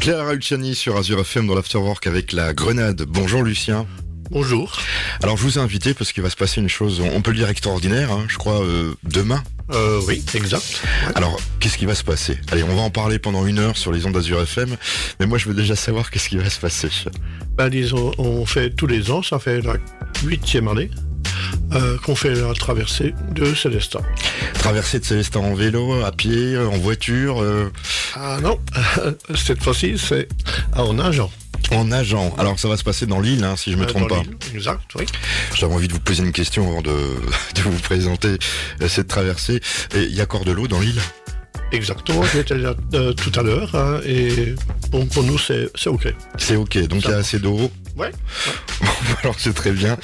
Clara Luciani sur Azure FM dans l'Afterwork avec la Grenade. Bonjour Lucien. Bonjour. Alors je vous ai invité parce qu'il va se passer une chose, on peut le dire extraordinaire, hein, je crois, euh, demain. Euh, oui, exact. Alors qu'est-ce qui va se passer Allez, on va en parler pendant une heure sur les ondes Azure FM, mais moi je veux déjà savoir qu'est-ce qui va se passer. Ben, disons, on fait tous les ans, ça fait la huitième année euh, qu'on fait la traversée de Célestin. Traversée de Célestin en vélo, à pied, en voiture, euh, Ah non, cette fois-ci, c'est en agent. en nageant. Alors ça va se passer dans l'île, hein, si je me Euh, trompe dans pas. l'île. Exact, oui. J'avais envie de vous poser une question avant de, de vous présenter euh, cette traversée. Et Il y a encore de l'eau dans l'île Exactement, j'étais là euh, tout à l'heure hein, et bon, pour nous, c'est c'est OK. C'est ok, donc il y a assez d'eau. Ouais. Bon, alors c'est très bien.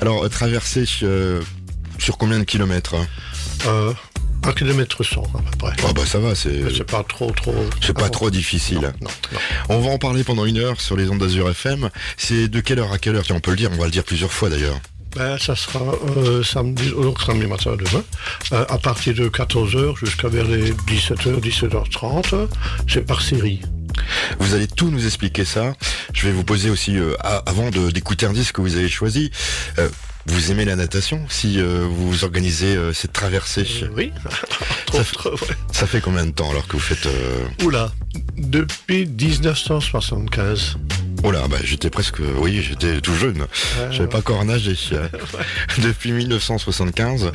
Alors euh, traverser euh, sur combien de kilomètres hein Euh, un kilomètre cent à peu près. Ah bah ça va, c'est Mais C'est pas trop, trop. c'est pas avant. trop difficile. Non, non. On va en parler pendant une heure sur les ondes d'Azur FM. C'est de quelle heure à quelle heure Tiens, on peut le dire, on va le dire plusieurs fois d'ailleurs. Ben, ça sera euh, samedi, donc samedi matin demain, euh, à partir de 14h jusqu'à vers les 17h, 17h30. C'est par série. Vous allez tout nous expliquer ça. Je vais vous poser aussi, euh, a- avant de- d'écouter un disque que vous avez choisi, euh, vous aimez la natation si euh, vous organisez euh, cette traversée Euh, oui. Ça Trop, fait- trop, ouais. Ça fait combien de temps alors que vous faites... euh, Oula, depuis 1975. Oh là, bah, j'étais presque, oui, j'étais tout jeune. Ouais, J'avais pas encore nagé. Depuis 1975,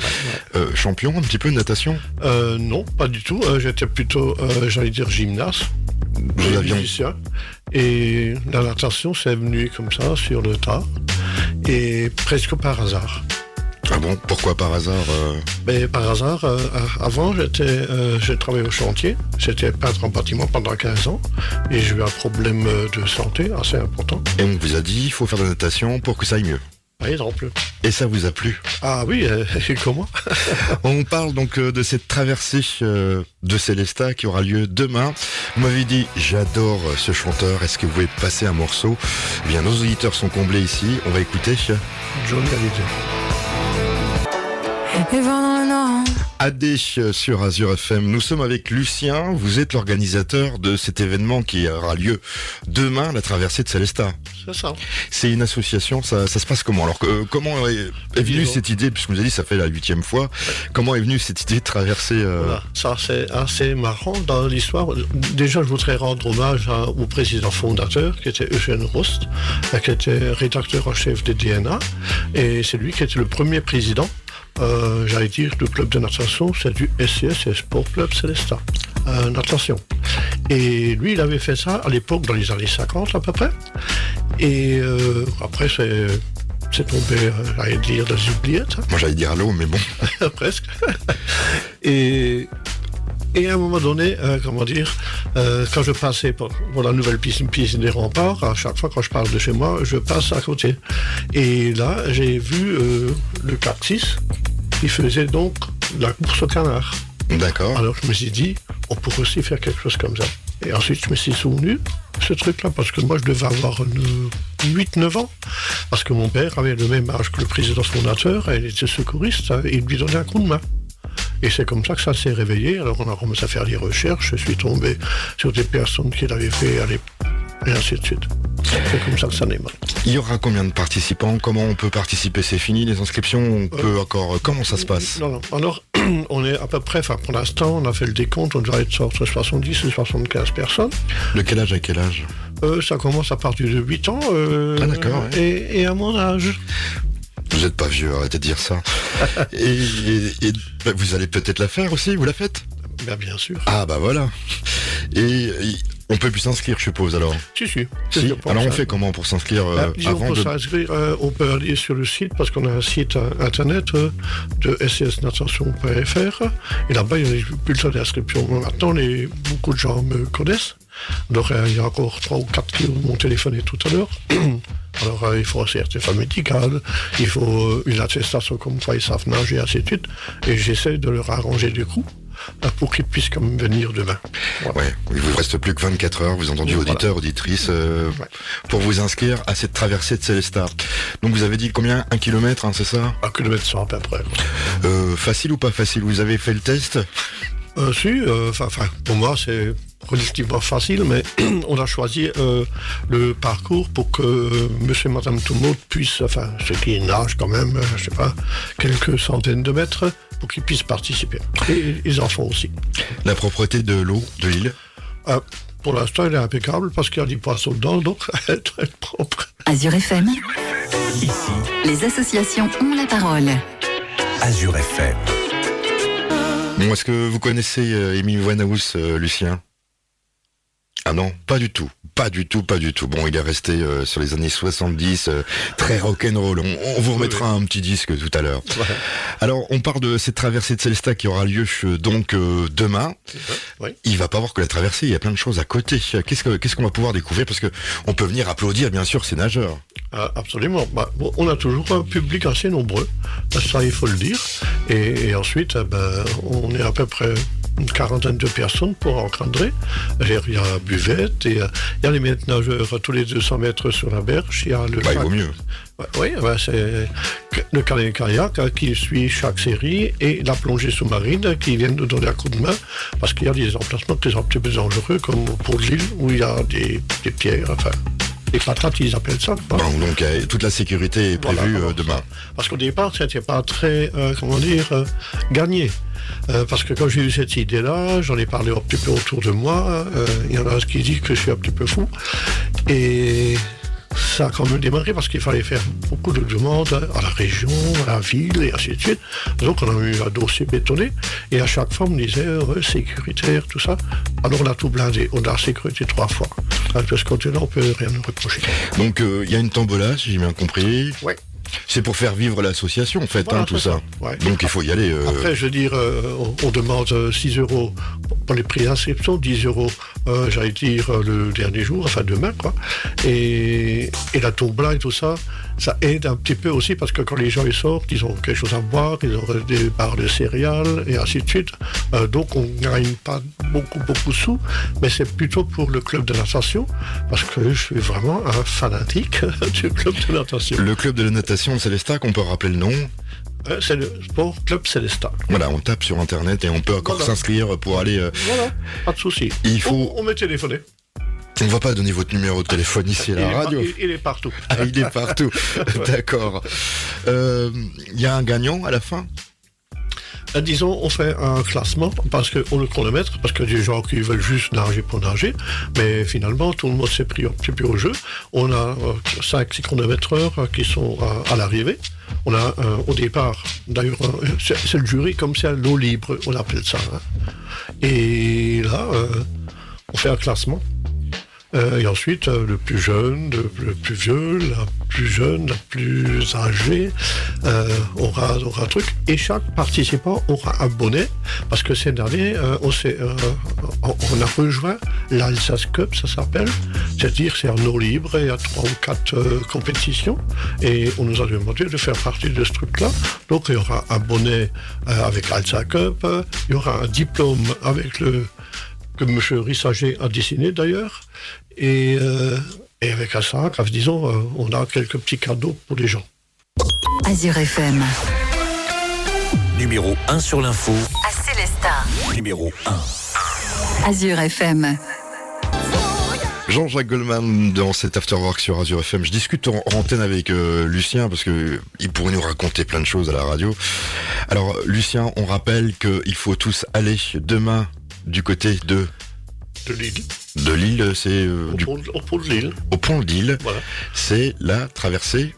euh, champion un petit peu de natation. Euh, non, pas du tout. Euh, J'étais plutôt, euh, j'allais dire, gymnaste. Vous aviez- musicien. Et la natation, c'est venu comme ça, sur le tas. Et presque par hasard. Ah bon, pourquoi par hasard euh, Mais par hasard, euh, euh, avant, j'étais, euh, j'ai travaillé au chantier. J'étais peintre en bâtiment pendant 15 ans. Et j'ai eu un problème euh, de santé assez important, Et on vous a dit, il faut faire de la natation pour que ça aille mieux. par exemple. Et ça vous a plu. Ah oui, euh, et comment On parle donc euh, de cette traversée euh, de Célesta qui aura lieu demain. Vous m'avez dit, j'adore euh, ce chanteur, est-ce que vous pouvez passer un morceau Eh bien, nos auditeurs sont comblés ici. On va écouter euh, Johnny Hallyday. Et pendant le Nord, AD euh, sur Azure FM. Nous sommes avec Lucien. Vous êtes l'organisateur de cet événement qui aura lieu demain, la traversée de Célestat. C'est ça. C'est une association. Ça, ça se passe comment Alors, euh, comment est, est venue cette idée Puisque vous avez dit ça fait la huitième fois. Comment est venue cette idée de traverser euh, Voilà. Ça, c'est assez marrant dans l'histoire. Déjà, je voudrais rendre hommage à- au président fondateur, qui était Eugène Rost, euh, qui était rédacteur en chef des DNA. Et c'est lui qui était le premier président, euh, j'allais dire, du club de natation. C'est du SCS, c'est Sport Club Célestin. Euh, natation. Et lui, il avait fait ça à l'époque, dans les années 50 à peu près. Et euh, après, c'est c'est tombé, euh, j'allais dire, dans les oubliettes hein. Moi, j'allais dire allô, mais bon. presque. Et, et à un moment donné, euh, comment dire, euh, quand je passais pour, pour la nouvelle piscine, piscine des remparts, à chaque fois quand je parle de chez moi, je passe à côté. Et là, j'ai vu euh, le 4-6 qui faisait donc la course au canard. D'accord. Alors je me suis dit, on pourrait aussi faire quelque chose comme ça. Et ensuite, je me suis souvenu de ce truc-là, parce que moi, je devais avoir 8-9 ans, parce que mon père avait le même âge que le président fondateur, et il était secouriste, hein, et il lui donnait un coup de main. Et c'est comme ça que ça s'est réveillé. Alors on a commencé à faire des recherches, je suis tombé sur des personnes qui l'avaient fait à l'époque, et ainsi de suite. C'est comme ça que ça naît. Il y aura combien de participants Comment on peut participer C'est fini les inscriptions On peut encore. euh, Comment ça se passe Euh, Non, non. Alors, on est à peu près, enfin pour l'instant, on a fait le décompte, on doit être entre 70 et 75 personnes. De quel âge à quel âge Euh, ça commence à partir de 8 ans. euh, Ah, d'accord, ouais. et, et à mon âge. Vous n'êtes pas vieux, arrêtez de dire ça. et et- et, bah, vous allez peut-être la faire aussi. Vous la faites Ben, bien sûr. Ah bah voilà. Et, et on peut plus s'inscrire, je suppose alors. Si, si. Si. Je pense, Alors on hein. fait comment pour s'inscrire euh, Ben, disons, avant pour de s'inscrire, euh, on peut aller sur le site parce qu'on a un site euh, internet euh, de scsnatation.fr et là-bas il y a les bulletins d'inscription. Bon, Maintenant, les, beaucoup de gens me connaissent. Alors euh, il y a encore trois ou quatre qui m'ont téléphoné tout à l'heure. Alors euh, il faut un certificat médical, il faut euh, une attestation comme quoi ils savent nager, ainsi de suite. Et j'essaie de leur arranger des coups euh, pour qu'ils puissent quand même venir demain. Ouais, il vous reste plus que 24 heures, vous entendu Voilà. auditeur, auditrice, euh, Ouais. pour vous inscrire à cette traversée de Célestat. Donc vous avez dit combien Un kilomètre, hein, c'est ça Un kilomètre cent à peu près. Euh, Facile ou pas facile Vous avez fait le test Euh, si, euh, enfin, enfin, pour moi, c'est relativement facile, mais on a choisi euh, le parcours pour que euh, monsieur et madame tout le monde puissent, enfin, ceux qui nagent quand même, euh, je sais pas, quelques centaines de mètres, pour qu'ils puissent participer. Et les enfants aussi. La propreté de l'eau de l'île Euh, pour l'instant, elle est impeccable parce qu'il y a du poisson dedans, donc elle est très propre. Azure FM, les associations ont la parole. Azure FM. Bon, est-ce que vous connaissez euh, Amy Winehouse, euh, Lucien Ah non, pas du tout. Pas du tout, pas du tout. Bon, il est resté euh, sur les années 70, euh, très rock'n'roll. On, on vous remettra un petit disque tout à l'heure. Alors, on parle de cette traversée de Celesta qui aura lieu euh, donc euh, demain. Oui. Il va pas voir que la traversée, il y a plein de choses à côté. Qu'est-ce que- qu'est-ce qu'on va pouvoir découvrir Parce que on peut venir applaudir, bien sûr, ces nageurs. Ah, Absolument. Bah, bon, on a toujours un public assez nombreux, ça il faut le dire. Et, et ensuite, eh ben, on est à peu près une quarantaine de personnes pour encadrer. C'est-à-dire, Il y a buvette, et, euh, il y a les maîtres nageurs à tous les 200 mètres sur la berge, il y a le Bah, il kayak- vaut mieux. Ouais, Oui, bah, c'est le calais kayak hein, qui suit chaque série et la plongée sous-marine hein, qui viennent nous donner un coup de main parce qu'il y a des emplacements qui sont un petit peu dangereux comme pour l'île où il y a des, des pierres, enfin des patates ils appellent ça. quoi. Bon, donc, euh, toute la sécurité est Voilà, prévue alors, euh, demain. Parce qu'au départ, c'était pas très, euh, comment dire, euh, gagné. Euh, parce que quand j'ai eu cette idée-là, j'en ai parlé un petit peu autour de moi. euh, Il y en a un qui dit que je suis un petit peu fou. Et ça a quand même démarré parce qu'il fallait faire beaucoup de demandes à la région, à la ville et ainsi de suite. Donc on a eu un dossier bétonné et à chaque fois on me disait euh, sécuritaire, tout ça. Alors on a tout blindé, on a sécurité trois fois. Hein, De ce côté-là, on peut rien nous reprocher. Donc, euh, il y a une tombola, si j'ai bien compris. Ouais. C'est pour faire vivre l'association, en fait, Voilà, hein, tout c'est ça. ça. Ouais. Donc il faut y aller. euh, Après, je veux dire, euh, on, on demande euh, 6 euros pour les prix d'inscription, 10 euros, euh, j'allais dire, euh, le dernier jour, enfin demain, quoi. Et, et la tombola et tout ça, ça aide un petit peu aussi parce que quand les gens ils sortent, ils ont quelque chose à boire, ils ont des barres de céréales et ainsi de suite. Euh, donc on ne gagne pas beaucoup, beaucoup de sous, mais c'est plutôt pour le club de natation parce que je suis vraiment un fanatique du club de natation. le club de la natation de Célestat, qu'on peut rappeler le nom. Euh, C'est le Sport Club Célestin. Voilà, on tape sur internet et on peut encore Voilà. Oh. s'inscrire pour aller. euh, Voilà, pas de souci. Il faut- On, on m'a téléphoné. On ne va pas donner votre numéro de téléphone ici à il, la est par- radio. il- il est partout. Ah, il est partout. D'accord. Euh, Il y a un gagnant à la fin. Euh, Disons, on fait un classement parce que on le chronomètre, parce que des gens qui veulent juste nager pour nager, mais finalement tout le monde s'est pris un petit peu au jeu. On a euh, 5 chronomètres qui sont euh, à l'arrivée. On a euh, au départ, d'ailleurs, euh, c'est c'est le jury comme c'est à l'eau libre, on appelle ça. hein. Et là, euh, on fait un classement. Euh, et ensuite, euh, le plus jeune, le, le plus vieux, la plus jeune, la plus âgée euh, aura, aura un truc. Et chaque participant aura un bonnet, parce que cette année, euh, on, s'est, euh, on- on a rejoint l'Alsace Cup, ça s'appelle. C'est-à-dire, c'est un eau libre, et il y a trois ou quatre euh, compétitions. Et on nous a demandé de faire partie de ce truc-là. Donc, il y aura un bonnet euh, avec Alsace Cup, euh, il y aura un diplôme avec le que M. Rissager a dessiné d'ailleurs. Et, euh, et avec un sac, enfin, disons, euh, on a quelques petits cadeaux pour les gens. Azure FM, Numéro 1 sur l'info. à Célestat. Numéro 1. Azure FM, Jean-Jacques Goldman dans cet Afterwork sur Azure FM. Je discute en, en antenne avec euh, Lucien parce que il pourrait nous raconter plein de choses à la radio. Alors Lucien, on rappelle qu'il faut tous aller demain du côté de De Lille, de l'île, c'est euh, au, du- pont, de- au pont de Lille, au pont de l'île. voilà, C'est la traversée.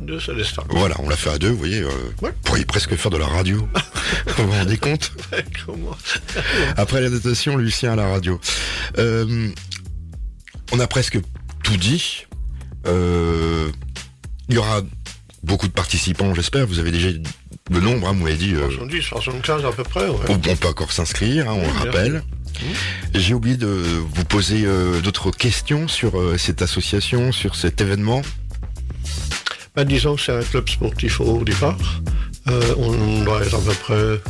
de Célestin. Voilà, on l'a fait à deux, vous voyez. euh, Ouais. Vous pourriez presque faire de la radio. vous vous rendez compte Comment Après la notation, Lucien à la radio. Euh, on a presque tout dit. Euh, Il y aura beaucoup de participants, j'espère. Vous avez déjà le nombre, hein, vous m'avez dit. euh, 70, 75 à peu près, ouais. on on peut encore s'inscrire, hein, on Oui, le bien rappelle. sûr. J'ai oublié de vous poser euh, d'autres questions sur euh, cette association, sur cet événement. Ben, disons que c'est un club sportif au départ. Euh, on doit être à peu près,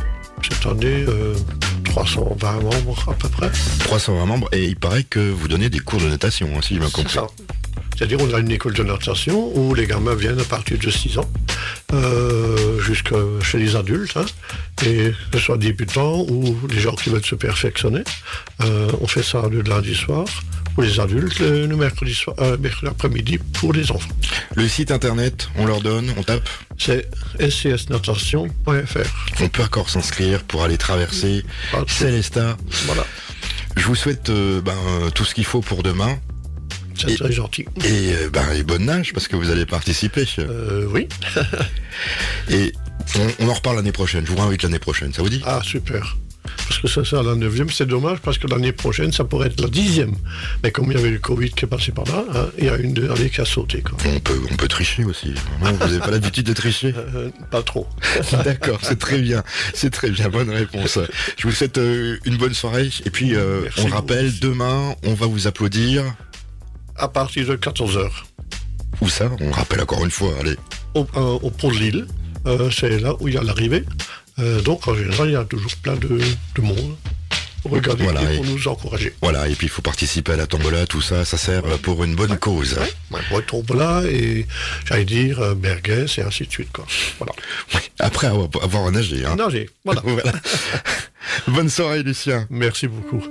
cette année, euh, 320 membres à peu près. 320 membres et il paraît que vous donnez des cours de natation, hein, si j'ai bien C'est compris. ça. C'est-à-dire on a une école de natation où les gamins viennent à partir de 6 ans euh, jusque chez les adultes, hein, et que ce soit débutants ou les gens qui veulent se perfectionner. Euh, on fait ça le lundi soir pour les adultes, le le mercredi, soir, euh, mercredi après-midi pour les enfants. Le site internet, on leur donne, on tape. C'est scsnatation.fr. On peut encore s'inscrire pour aller traverser Voilà. Célesta. Ah, Voilà, Je vous souhaite euh, ben, euh, tout ce qu'il faut pour demain c'est Et- très gentil. et, euh, ben, et bonne nage parce que vous allez participer. Euh, oui. Et on, on en reparle l'année prochaine. Je vous réinvite l'année prochaine, ça vous dit Ah, super. Parce que ça, c'est à la neuvième, c'est dommage parce que l'année prochaine, ça pourrait être la dixième. Mais comme il y avait le Covid qui est passé par là, hein, il y a une de- année qui a sauté. Quoi. on peut, on peut tricher aussi. Non, Vous n'avez pas l'habitude de tricher Euh, pas trop. D'accord, c'est très bien. C'est très bien, bonne réponse. Je vous souhaite euh, une bonne soirée. Et puis, euh, Merci on beaucoup. rappelle, demain, on va vous applaudir. À partir de 14h, Où ça On rappelle encore une fois, allez. au, euh, au pont de Lille, euh, c'est là où il y a l'arrivée. Euh, donc, en général, il y a toujours plein de, de monde. Regardez Voilà, et et- pour nous encourager. Voilà, et puis il faut participer à la tombola, tout ça, ça sert euh, pour une bonne cause. Ouais, retombe là et j'allais dire euh, merguez et ainsi de suite. Quoi. Voilà. Après avoir, avoir nagé. Hein. Nager, voilà. Voilà. bonne soirée, Lucien. Merci beaucoup.